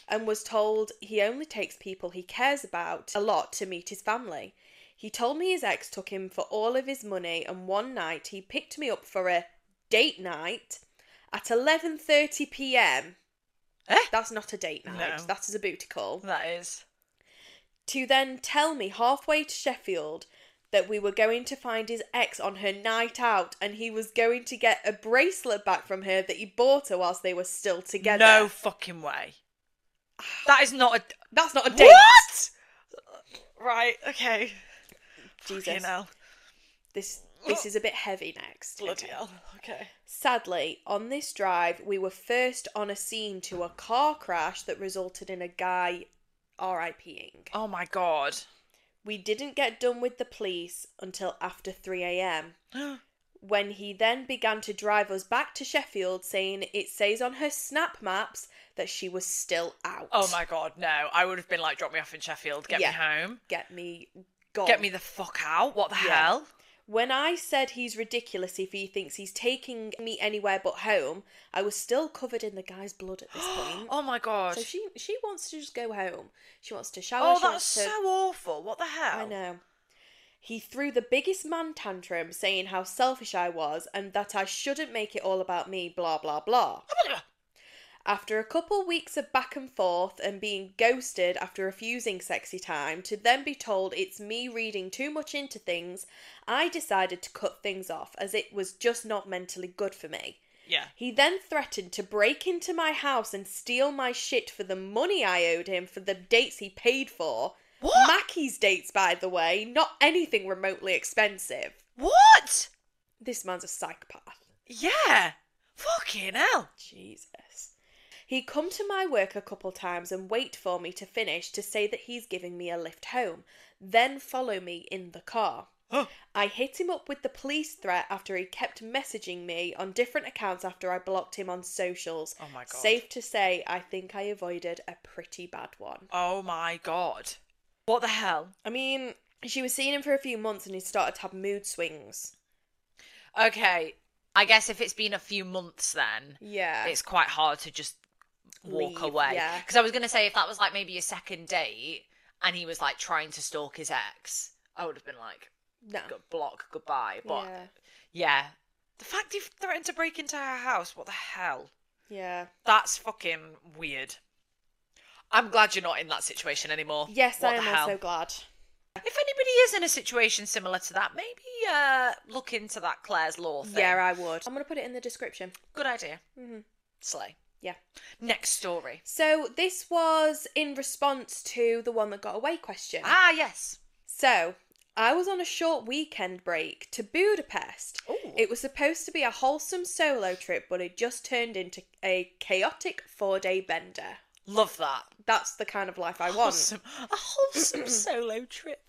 Speaker 1: and was told he only takes people he cares about a lot to meet his family. He told me his ex took him for all of his money and one night he picked me up for a date night at 11:30 p.m.
Speaker 2: Eh?
Speaker 1: That's not a date night.
Speaker 2: No.
Speaker 1: That is a booty call
Speaker 2: That is.
Speaker 1: to then tell me halfway to Sheffield that we were going to find his ex on her night out and he was going to get a bracelet back from her that he bought her whilst they were still together.
Speaker 2: No fucking way. That is not a.
Speaker 1: that's not a date.
Speaker 2: What? Right. Okay. You
Speaker 1: Jesus,
Speaker 2: know.
Speaker 1: this this is a bit heavy next.
Speaker 2: Bloody
Speaker 1: Okay.
Speaker 2: hell. Okay.
Speaker 1: Sadly, on this drive, we were first on a scene to a car crash that resulted in a guy RIPing.
Speaker 2: Oh my god.
Speaker 1: We didn't get done with the police until after 3 a.m.
Speaker 2: Oh
Speaker 1: when he then began to drive us back to Sheffield, saying it says on her snap maps that she was still out.
Speaker 2: Oh my god. No. I would have been like, drop me off in Sheffield. Get
Speaker 1: Yeah.
Speaker 2: me home.
Speaker 1: Get me gone.
Speaker 2: Get me the fuck out. Oh. What the
Speaker 1: Yeah.
Speaker 2: hell?
Speaker 1: When I said he's ridiculous if he thinks he's taking me anywhere but home, I was still covered in the guy's blood at this point.
Speaker 2: Oh my god.
Speaker 1: so she she wants to just go home. She wants to shower.
Speaker 2: oh,
Speaker 1: she
Speaker 2: that's
Speaker 1: wants to...
Speaker 2: so awful. What the hell?
Speaker 1: I know. He threw the biggest man tantrum saying how selfish I was and that I shouldn't make it all about me, blah, blah, blah. After a couple weeks of back and forth and being ghosted after refusing sexy time, to then be told it's me reading too much into things, I decided to cut things off as it was just not mentally good for me.
Speaker 2: Yeah.
Speaker 1: He then threatened to break into my house and steal my shit for the money I owed him for the dates he paid for.
Speaker 2: What?
Speaker 1: Mackie's dates, by the way, not anything remotely expensive.
Speaker 2: what?
Speaker 1: This man's a psychopath.
Speaker 2: Yeah. Fucking hell.
Speaker 1: Jesus. He'd come to my work a couple times and wait for me to finish to say that he's giving me a lift home, then follow me in the car.
Speaker 2: Oh.
Speaker 1: I hit him up with the police threat after he kept messaging me on different accounts after I blocked him on socials.
Speaker 2: Oh my god.
Speaker 1: Safe to say, I think I avoided a pretty bad one.
Speaker 2: Oh my god. What the hell?
Speaker 1: I mean, she was seeing him for a few months and he started to have mood swings.
Speaker 2: Okay. I guess if it's been a few months then,
Speaker 1: Yeah.
Speaker 2: it's quite hard to just walk
Speaker 1: Leave,
Speaker 2: away.
Speaker 1: yeah.
Speaker 2: Because I was going to say, if that was like maybe a second date and he was like trying to stalk his ex, I would have been like,
Speaker 1: no.
Speaker 2: "Good block, goodbye. But yeah.
Speaker 1: Yeah.
Speaker 2: The fact he threatened to break into her house, what the hell?
Speaker 1: Yeah.
Speaker 2: That's fucking weird. I'm glad you're not in that situation anymore.
Speaker 1: Yes,
Speaker 2: What
Speaker 1: I
Speaker 2: the
Speaker 1: am
Speaker 2: hell?
Speaker 1: also glad.
Speaker 2: If anybody is in a situation similar to that, maybe uh, look into that Claire's Law thing.
Speaker 1: Yeah, I would. I'm going to put it in the description.
Speaker 2: Good idea.
Speaker 1: Mhm.
Speaker 2: Slay.
Speaker 1: Yeah.
Speaker 2: Next story.
Speaker 1: So this was in response to the one that got away question.
Speaker 2: Ah, yes.
Speaker 1: So I was on a short weekend break to Budapest.
Speaker 2: Ooh.
Speaker 1: It was supposed to be a wholesome solo trip, but it just turned into a chaotic four day bender.
Speaker 2: Love that.
Speaker 1: That's the kind of life I want.
Speaker 2: Wholesome. A wholesome solo trip.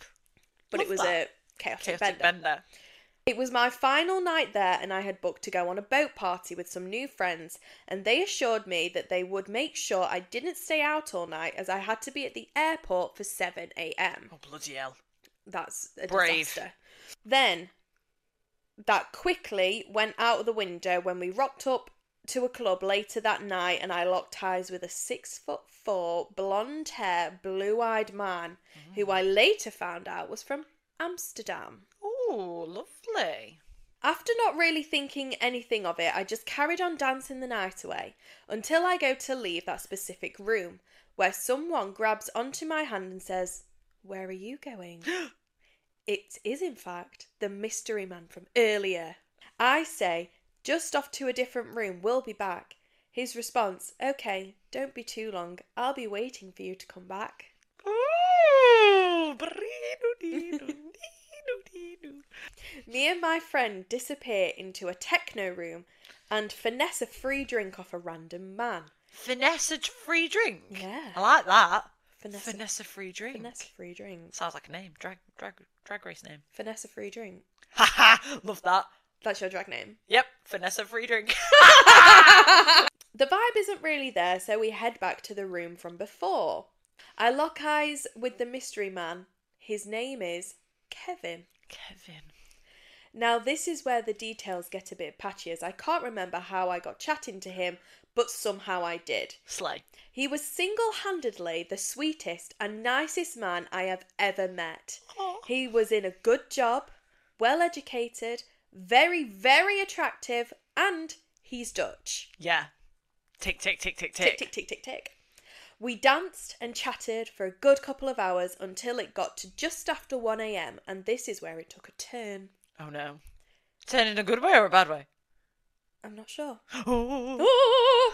Speaker 1: But it
Speaker 2: Love
Speaker 1: was
Speaker 2: that.
Speaker 1: a chaotic,
Speaker 2: Chaotic
Speaker 1: bender.
Speaker 2: bender.
Speaker 1: It was my final night there, and I had booked to go on a boat party with some new friends, and they assured me that they would make sure I didn't stay out all night as I had to be at the airport for 7 a.m.
Speaker 2: Oh, bloody hell.
Speaker 1: That's a
Speaker 2: Brave.
Speaker 1: disaster. Then, that quickly went out of the window when we rocked up to a club later that night, and I locked eyes with a six foot four, blonde hair, blue eyed man who I later found out was from Amsterdam.
Speaker 2: Ooh, lovely.
Speaker 1: After not really thinking anything of it, I just carried on dancing the night away until I go to leave that specific room where someone grabs onto my hand and says, Where are you going? it is, in fact, the mystery man from earlier. I say, Just off to a different room, we'll be back. His response, Okay, don't be too long, I'll be waiting for you to come back.
Speaker 2: Ooh, bree-doo-dee-doo-dee-doo-dee-doo.
Speaker 1: Me and my friend disappear into a techno room and finesse a free drink off a random man.
Speaker 2: Finesse a free drink.
Speaker 1: Yeah.
Speaker 2: I like that.
Speaker 1: Vanessa.
Speaker 2: Vanessa Free Drink.
Speaker 1: Vanessa free drink.
Speaker 2: Sounds like a name. Drag drag drag race name.
Speaker 1: Vanessa free drink.
Speaker 2: Haha, love that.
Speaker 1: That's your drag name.
Speaker 2: Yep, Vanessa Free Drink.
Speaker 1: The vibe isn't really there, so we head back to the room from before. I lock eyes with the mystery man. His name is Kevin.
Speaker 2: Kevin.
Speaker 1: Now, this is where the details get a bit patchy, as I can't remember how I got chatting to him, but somehow I did.
Speaker 2: Slay.
Speaker 1: He was single handedly the sweetest and nicest man I have ever met. He was in a good job, well educated, very, very attractive, and he's Dutch.
Speaker 2: Yeah. Tick tick tick tick
Speaker 1: Tick,
Speaker 2: tick.
Speaker 1: tick, tick, tick, tick. We danced and chatted for a good couple of hours until it got to just after 1 a.m., and this is where it took a turn.
Speaker 2: Oh no. Turn in a good way or a bad way?
Speaker 1: I'm not sure.
Speaker 2: Oh.
Speaker 1: Ooh.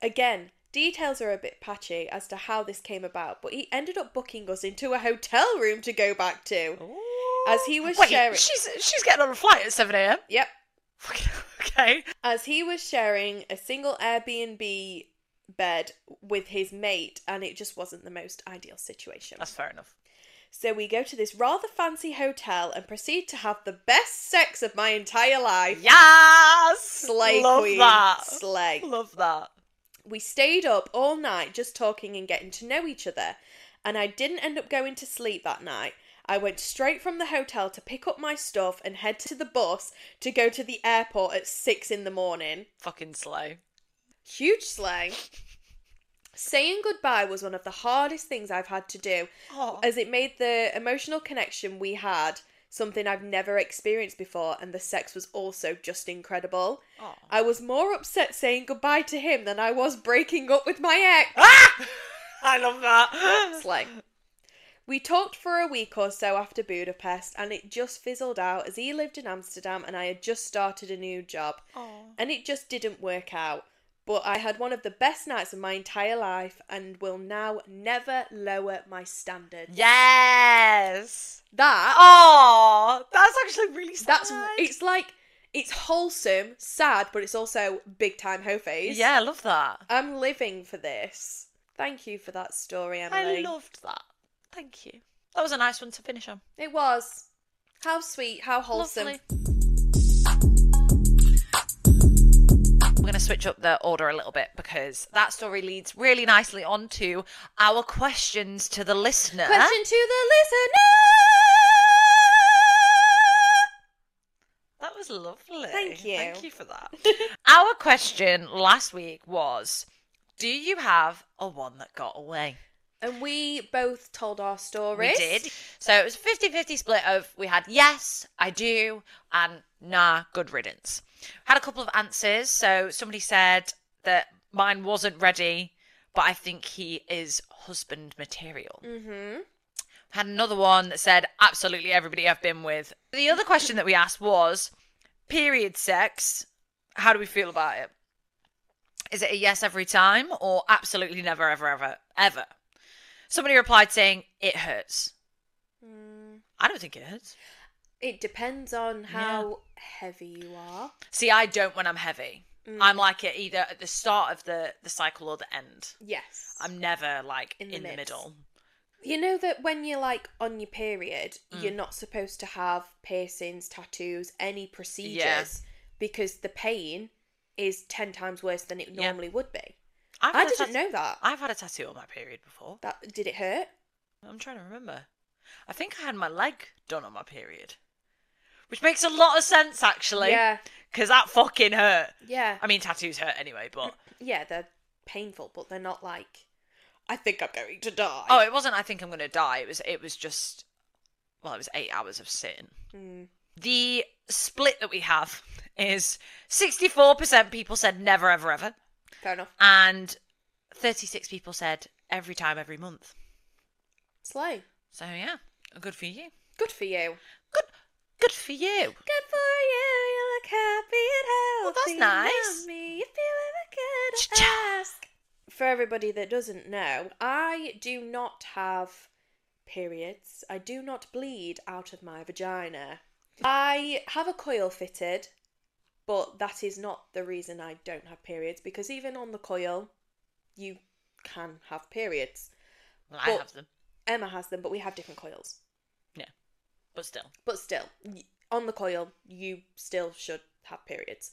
Speaker 1: Again, details are a bit patchy as to how this came about, but he ended up booking us into a hotel room to go back to.
Speaker 2: Oh.
Speaker 1: As he was
Speaker 2: Wait,
Speaker 1: sharing.
Speaker 2: she's she's getting on a flight at seven a.m.
Speaker 1: Yep.
Speaker 2: Fucking okay.
Speaker 1: As he was sharing a single Airbnb bed with his mate, and it just wasn't the most ideal situation.
Speaker 2: That's fair enough.
Speaker 1: So we go to this rather fancy hotel and proceed to have the best sex of my entire life.
Speaker 2: Yes.
Speaker 1: Slay
Speaker 2: Love
Speaker 1: queen.
Speaker 2: that.
Speaker 1: Slay.
Speaker 2: Love that.
Speaker 1: We stayed up all night just talking and getting to know each other. And I didn't end up going to sleep that night. I went straight from the hotel to pick up my stuff and head to the bus to go to the airport at six in the morning.
Speaker 2: Fucking slay.
Speaker 1: Huge slay. Saying goodbye was one of the hardest things I've had to do,
Speaker 2: Oh.
Speaker 1: as it made the emotional connection we had something I've never experienced before, and the sex was also just incredible. I was more upset saying goodbye to him than I was breaking up with my ex.
Speaker 2: Ah! I love that.
Speaker 1: It's like we talked for a week or so after Budapest, and it just fizzled out as he lived in Amsterdam and I had just started a new job,
Speaker 2: Oh.
Speaker 1: and it just didn't work out. But I had one of the best nights of my entire life and will now never lower my standards.
Speaker 2: Yes.
Speaker 1: That
Speaker 2: Oh, that's actually really sad.
Speaker 1: That's it's like it's wholesome, sad, but it's also big time hoe phase.
Speaker 2: yeah, I love that.
Speaker 1: I'm living for this. Thank you for that story, Emily.
Speaker 2: I loved that. Thank you. That was a nice one to finish on.
Speaker 1: it was. How sweet, how wholesome.
Speaker 2: Lovely. We're going to switch up the order a little bit because that story leads really nicely onto our questions to the listener.
Speaker 1: Question to the listener.
Speaker 2: That was lovely.
Speaker 1: Thank you.
Speaker 2: Thank you for that. our question last week was Do you have a one that got away?
Speaker 1: And we both told our
Speaker 2: We
Speaker 1: stories.
Speaker 2: did. So it was a 50 50 split of we had yes, I do, and nah, good riddance. Had a couple of answers. So somebody said that mine wasn't ready, but I think he is husband material.
Speaker 1: Mm-hmm.
Speaker 2: Had another one that said absolutely everybody I've been with. The other question that we asked was period sex, how do we feel about it? Is it a yes every time or absolutely never, ever, ever, ever? Somebody replied saying it hurts.
Speaker 1: Mm.
Speaker 2: I don't think it hurts.
Speaker 1: It depends on how heavy you are.
Speaker 2: See, I don't when I'm heavy.
Speaker 1: Mm.
Speaker 2: I'm like it either at the start of the the cycle or the end.
Speaker 1: Yes.
Speaker 2: I'm never like
Speaker 1: In
Speaker 2: in
Speaker 1: the
Speaker 2: the,
Speaker 1: midst.
Speaker 2: middle.
Speaker 1: You know that when you're like on your period,
Speaker 2: Mm.
Speaker 1: you're not supposed to have piercings, tattoos, any procedures because the pain is 10 times worse than it
Speaker 2: Yeah.
Speaker 1: normally would be.
Speaker 2: I've
Speaker 1: I
Speaker 2: had a
Speaker 1: didn't
Speaker 2: tat-
Speaker 1: know that.
Speaker 2: I've had a tattoo on my period before.
Speaker 1: That did it hurt?
Speaker 2: I'm trying to remember. I think I had my leg done on my period, which makes a lot of sense actually.
Speaker 1: yeah.
Speaker 2: Because that fucking hurt.
Speaker 1: Yeah.
Speaker 2: I mean, tattoos hurt anyway, but
Speaker 1: Yeah, they're painful, but they're not like I think I'm going to die.
Speaker 2: oh, it wasn't. I think I'm gonna die. It was. It was just. Well, it was eight hours of sitting.
Speaker 1: Mm.
Speaker 2: the split that we have is 64% people said never ever ever
Speaker 1: Fair enough.
Speaker 2: and 36 people said every time every month
Speaker 1: Slow.
Speaker 2: so yeah good for you
Speaker 1: Good for you.
Speaker 2: good good for you
Speaker 1: Good for you. You look happy and
Speaker 2: Well, that's
Speaker 1: healthy.
Speaker 2: nice.
Speaker 1: Yummy, if you ever could
Speaker 2: Cha-cha.
Speaker 1: ask. For everybody that doesn't know, I do not have periods. I do not bleed out of my vagina. I have a coil fitted, but that is not the reason I don't have periods because even on the coil, you can have periods.
Speaker 2: Well, I
Speaker 1: But-
Speaker 2: have them,
Speaker 1: Emma has them, but we have different coils.
Speaker 2: but still.
Speaker 1: But still, y- on the coil, you still should have periods.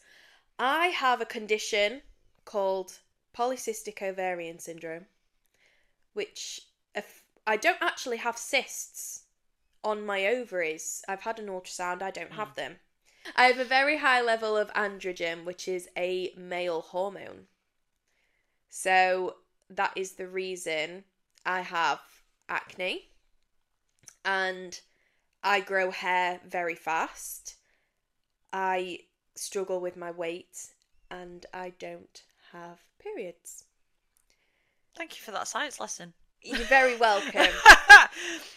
Speaker 1: I have a condition called polycystic ovarian syndrome, which if I don't actually have cysts on my ovaries. I've had an ultrasound, I don't have them. I have a very high level of androgen, which is a male hormone. So that is the reason I have acne and I grow hair very fast. I struggle with my weight and I don't have periods.
Speaker 2: Thank you for that science lesson.
Speaker 1: You're very welcome.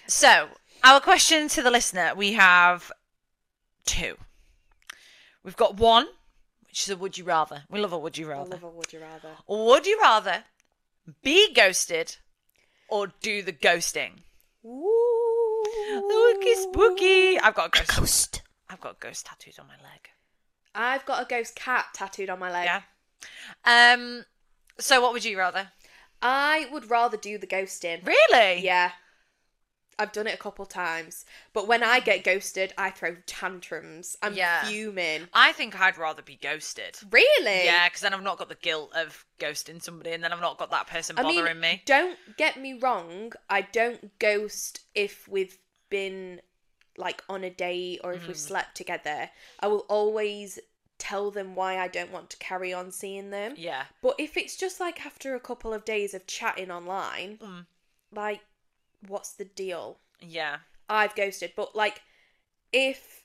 Speaker 2: so, our question to the listener we have two. We've got one, which is a would you rather. We love a would you
Speaker 1: I
Speaker 2: rather.
Speaker 1: love a would you rather.
Speaker 2: Would you rather be ghosted or do the ghosting?
Speaker 1: Ooh.
Speaker 2: Spooky, spooky. I've got a ghost. I've got ghost tattoos on my leg.
Speaker 1: I've got a ghost cat tattooed on my leg.
Speaker 2: Yeah. Um. So, what would you rather?
Speaker 1: I would rather do the ghosting.
Speaker 2: Really?
Speaker 1: Yeah. I've done it a couple times. But when I get ghosted, I throw tantrums. I'm
Speaker 2: Yeah.
Speaker 1: fuming.
Speaker 2: I think I'd rather be ghosted.
Speaker 1: Really?
Speaker 2: Yeah, because then I've not got the guilt of ghosting somebody, and then I've not got that person
Speaker 1: I mean,
Speaker 2: bothering me.
Speaker 1: Don't get me wrong. I don't ghost if we've been like on a date or if we've
Speaker 2: Mm.
Speaker 1: slept together. I will always tell them why I don't want to carry on seeing them.
Speaker 2: Yeah.
Speaker 1: But if it's just like after a couple of days of chatting online,
Speaker 2: Mm.
Speaker 1: like, what's the deal?
Speaker 2: Yeah.
Speaker 1: I've ghosted. But like, if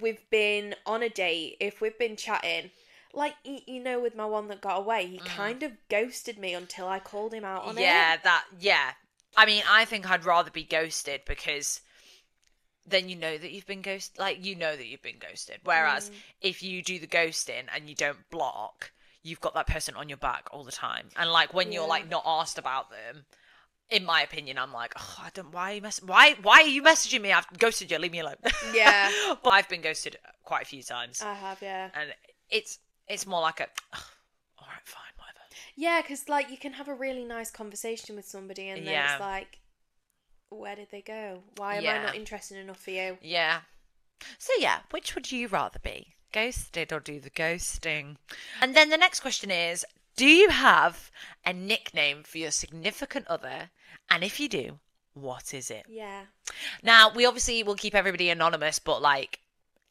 Speaker 1: we've been on a date, if we've been chatting, like y- you know, with my one that got away, he
Speaker 2: Mm.
Speaker 1: kind of ghosted me until I called him out on it.
Speaker 2: yeah. That. Yeah. I mean, I think I'd rather be ghosted because then you know that you've been ghosted. Like you know that you've been ghosted. Whereas
Speaker 1: Mm.
Speaker 2: if you do the ghosting and you don't block, you've got that person on your back all the time. And like when you're
Speaker 1: Yeah.
Speaker 2: like not asked about them, in my opinion, I'm like, oh, I don't. Why are you mess? Why? Why are you messaging me? I've ghosted you. Leave me alone.
Speaker 1: Yeah. Uh.
Speaker 2: but I've been ghosted quite a few times,
Speaker 1: I have, yeah.
Speaker 2: and it's it's more like a, all right, fine, whatever.
Speaker 1: Yeah, because like you can have a really nice conversation with somebody and then
Speaker 2: Yeah.
Speaker 1: it's like, where did they go? Why am
Speaker 2: Yeah.
Speaker 1: I not interested enough for you?
Speaker 2: Yeah. So yeah, which would you rather be, ghosted or do the ghosting? And then the next question is, do you have a nickname for your significant other? And if you do, what is it?
Speaker 1: Yeah.
Speaker 2: Now, we obviously will keep everybody anonymous, but like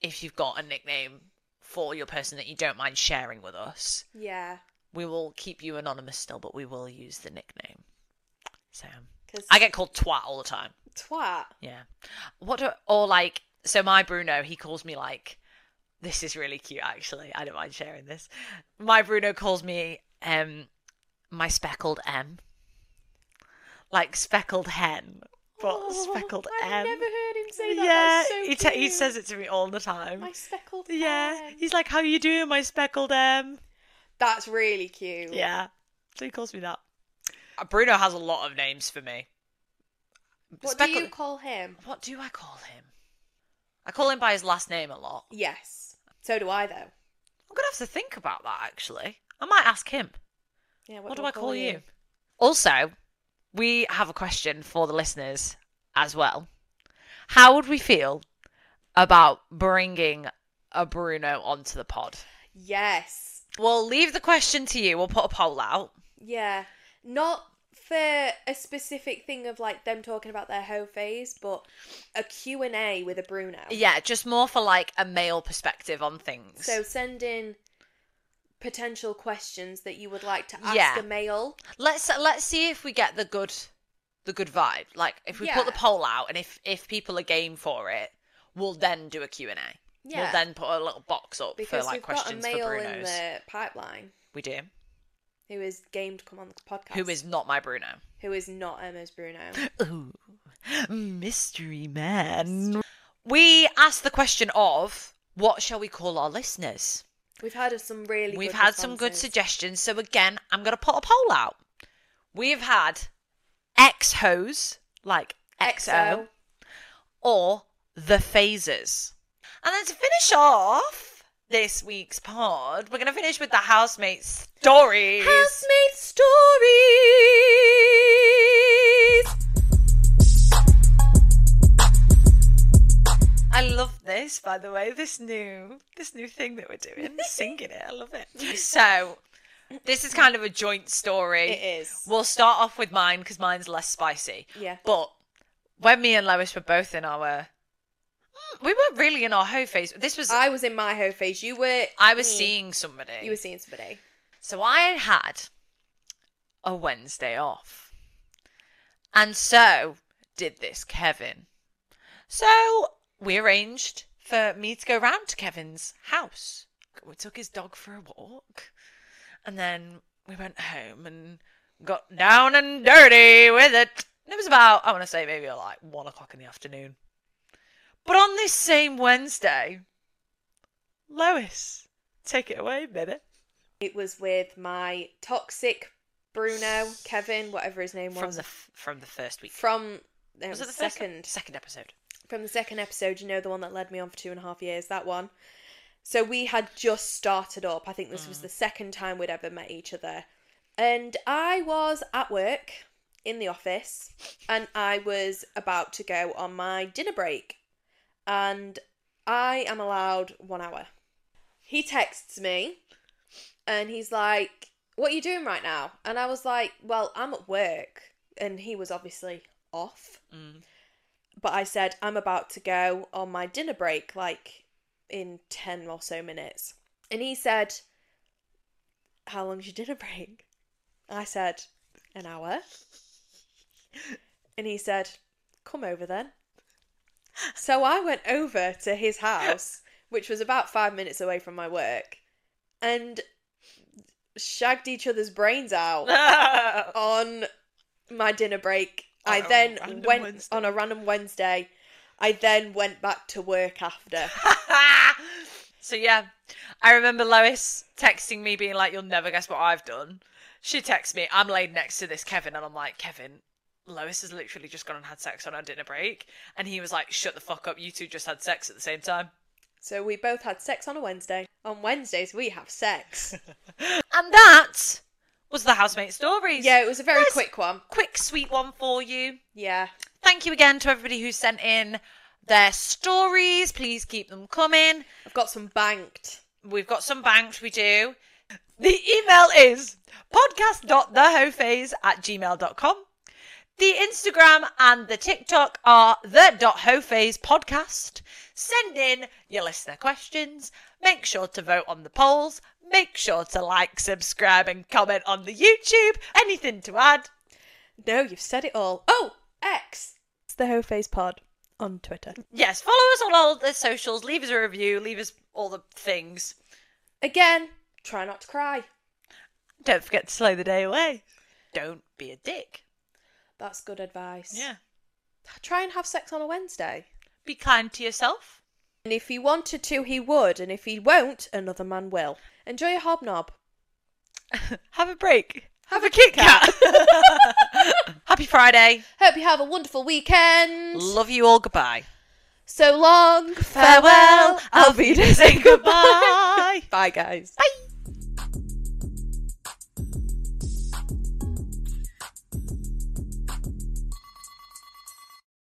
Speaker 2: if you've got a nickname for your person that you don't mind sharing with us,
Speaker 1: Yeah.
Speaker 2: we will keep you anonymous still, but we will use the nickname. So
Speaker 1: Because
Speaker 2: I get called twat all the time.
Speaker 1: twat.
Speaker 2: Yeah. What do, or like so my Bruno, he calls me like this is really cute actually. I don't mind sharing this. My Bruno calls me um my speckled M. Like speckled hen. But
Speaker 1: Oh,
Speaker 2: speckled
Speaker 1: I've
Speaker 2: M.
Speaker 1: never heard him say that.
Speaker 2: yeah,
Speaker 1: That's so
Speaker 2: he, ta- he
Speaker 1: cute.
Speaker 2: says it to me all the time.
Speaker 1: my speckled.
Speaker 2: yeah,
Speaker 1: M.
Speaker 2: he's like, "How you doing, my speckled M?"
Speaker 1: That's really cute.
Speaker 2: Yeah, so he calls me that. Uh, Bruno has a lot of names for me.
Speaker 1: What do
Speaker 2: Speckled-
Speaker 1: you call him?
Speaker 2: What do I call him? I call him by his last name a lot.
Speaker 1: Yes. So do I though.
Speaker 2: I'm gonna have to think about that actually. I might ask him.
Speaker 1: Yeah.
Speaker 2: What, do I call you? Also, we have a question for the listeners as well. How would we feel about bringing a Bruno onto the pod?
Speaker 1: Yes.
Speaker 2: We'll leave the question to you. We'll put a poll out.
Speaker 1: Yeah. Not for a specific thing of like them talking about their hoe phase, but a Q&A with a Bruno.
Speaker 2: Yeah, just more for like a male perspective on things.
Speaker 1: So send in potential questions that you would like to ask
Speaker 2: Yeah.
Speaker 1: a male.
Speaker 2: let's let's see if we get the good the good vibe. Like if we put the
Speaker 1: Yeah.
Speaker 2: poll out and if if people are game for it, we'll then do a Q&A.
Speaker 1: Yeah.
Speaker 2: We'll then put a little box up
Speaker 1: because
Speaker 2: for like
Speaker 1: we've got a
Speaker 2: questions
Speaker 1: male
Speaker 2: for
Speaker 1: in
Speaker 2: Bruno's.
Speaker 1: the pipeline
Speaker 2: We do.
Speaker 1: who is game to come on the podcast.
Speaker 2: Who is not my Bruno?
Speaker 1: who is not Emma's Bruno.
Speaker 2: Ooh, mystery man. We asked the question of what shall we call our listeners?
Speaker 1: We've had some really
Speaker 2: We've
Speaker 1: good
Speaker 2: had some good
Speaker 1: responses.
Speaker 2: suggestions. So again, I'm going to put a poll out. We've had ex hoes like XO,
Speaker 1: XO.
Speaker 2: or the phases. And then to finish off this week's pod, we're going to finish with the housemate stories.
Speaker 1: Housemate stories.
Speaker 2: by the way. This new this new thing that we're doing, singing it. I love it. So this is kind of a joint story.
Speaker 1: It is.
Speaker 2: We'll start off with mine because mine's less spicy.
Speaker 1: Yeah.
Speaker 2: But when me and Lois were both in our, we weren't really in our hoe phase. This was I,
Speaker 1: I was in my hoe phase. You were.
Speaker 2: was
Speaker 1: Mm.
Speaker 2: seeing somebody.
Speaker 1: You were seeing somebody.
Speaker 2: So I had had a Wednesday off. And so did this Kevin. So we arranged for me to go round to Kevin's house. We took his dog for a walk. And then we went home and got down and dirty with it. And it was about, I want to say, maybe like one o'clock in the afternoon. But on this same Wednesday, Lois, take it away, baby.
Speaker 1: It was with my toxic Bruno, Kevin, whatever his name
Speaker 2: from
Speaker 1: was.
Speaker 2: the from the first week.
Speaker 1: From, no,
Speaker 2: Was it the first
Speaker 1: second.
Speaker 2: second episode?
Speaker 1: From the second episode, you know, the one that led me on for two and a half years, that one. So we had just started up. I think this was the second time we'd ever met each other. And I was at work in the office and I was about to go on my dinner break. And I am allowed one hour. He texts me and he's like, What are you doing right now? And I was like, Well, I'm at work. And he was obviously off
Speaker 2: Mm.
Speaker 1: but I said I'm about to go on my dinner break, like in ten or so minutes. And he said, "How long's your dinner break?" I said, "An hour." And he said, "Come over then." So I went over to his house, which was about five minutes away from my work, and shagged each other's brains out on my dinner break.
Speaker 2: On
Speaker 1: I
Speaker 2: a
Speaker 1: then
Speaker 2: random
Speaker 1: went
Speaker 2: Wednesday.
Speaker 1: on a random Wednesday. I then went back to work after.
Speaker 2: so yeah, I remember Lois texting me being like, "You'll never guess what I've done." She texts me, "I'm laid next to this Kevin," and I'm like, "Kevin." Lois has literally just gone and had sex on our dinner break, and he was like, "Shut the fuck up! You two just had sex at the same time."
Speaker 1: so we both had sex on a Wednesday. On Wednesdays we have sex.
Speaker 2: And that was the housemate stories.
Speaker 1: yeah, it was a very
Speaker 2: Nice.
Speaker 1: quick one.
Speaker 2: quick, sweet one for you.
Speaker 1: Yeah.
Speaker 2: Thank you again to everybody who sent in their stories. Please keep them coming.
Speaker 1: I've got some banked.
Speaker 2: We've got some banked, we do. The email is podcast.thehofays at gmail.com. The Instagram and the TikTok are the.hofays podcast. Send in your listener questions. Make sure to vote on the polls. Make sure to like, subscribe, and comment on the YouTube. Anything to add?
Speaker 1: No, you've said it all. Oh, X. It's the Ho Face Pod on Twitter.
Speaker 2: Yes, follow us on all the socials. Leave us a review. Leave us all the things.
Speaker 1: Again, try not to cry.
Speaker 2: Don't forget to slow the day away. Don't be a dick.
Speaker 1: That's good advice. Try and have sex on a Wednesday.
Speaker 2: Be kind to yourself.
Speaker 1: And if he wanted to, he would. And if he won't, another man will. Enjoy your hobnob.
Speaker 2: Have a break. Have, a Kit Kat. Happy Friday.
Speaker 1: Hope you have a wonderful weekend.
Speaker 2: Love you all. Goodbye.
Speaker 1: So long,
Speaker 2: Farewell.
Speaker 1: farewell,
Speaker 2: Auf
Speaker 1: Alvidas,
Speaker 2: Wiedersehen.
Speaker 1: and goodbye.
Speaker 2: Goodbye.
Speaker 1: Bye, guys.
Speaker 2: Bye.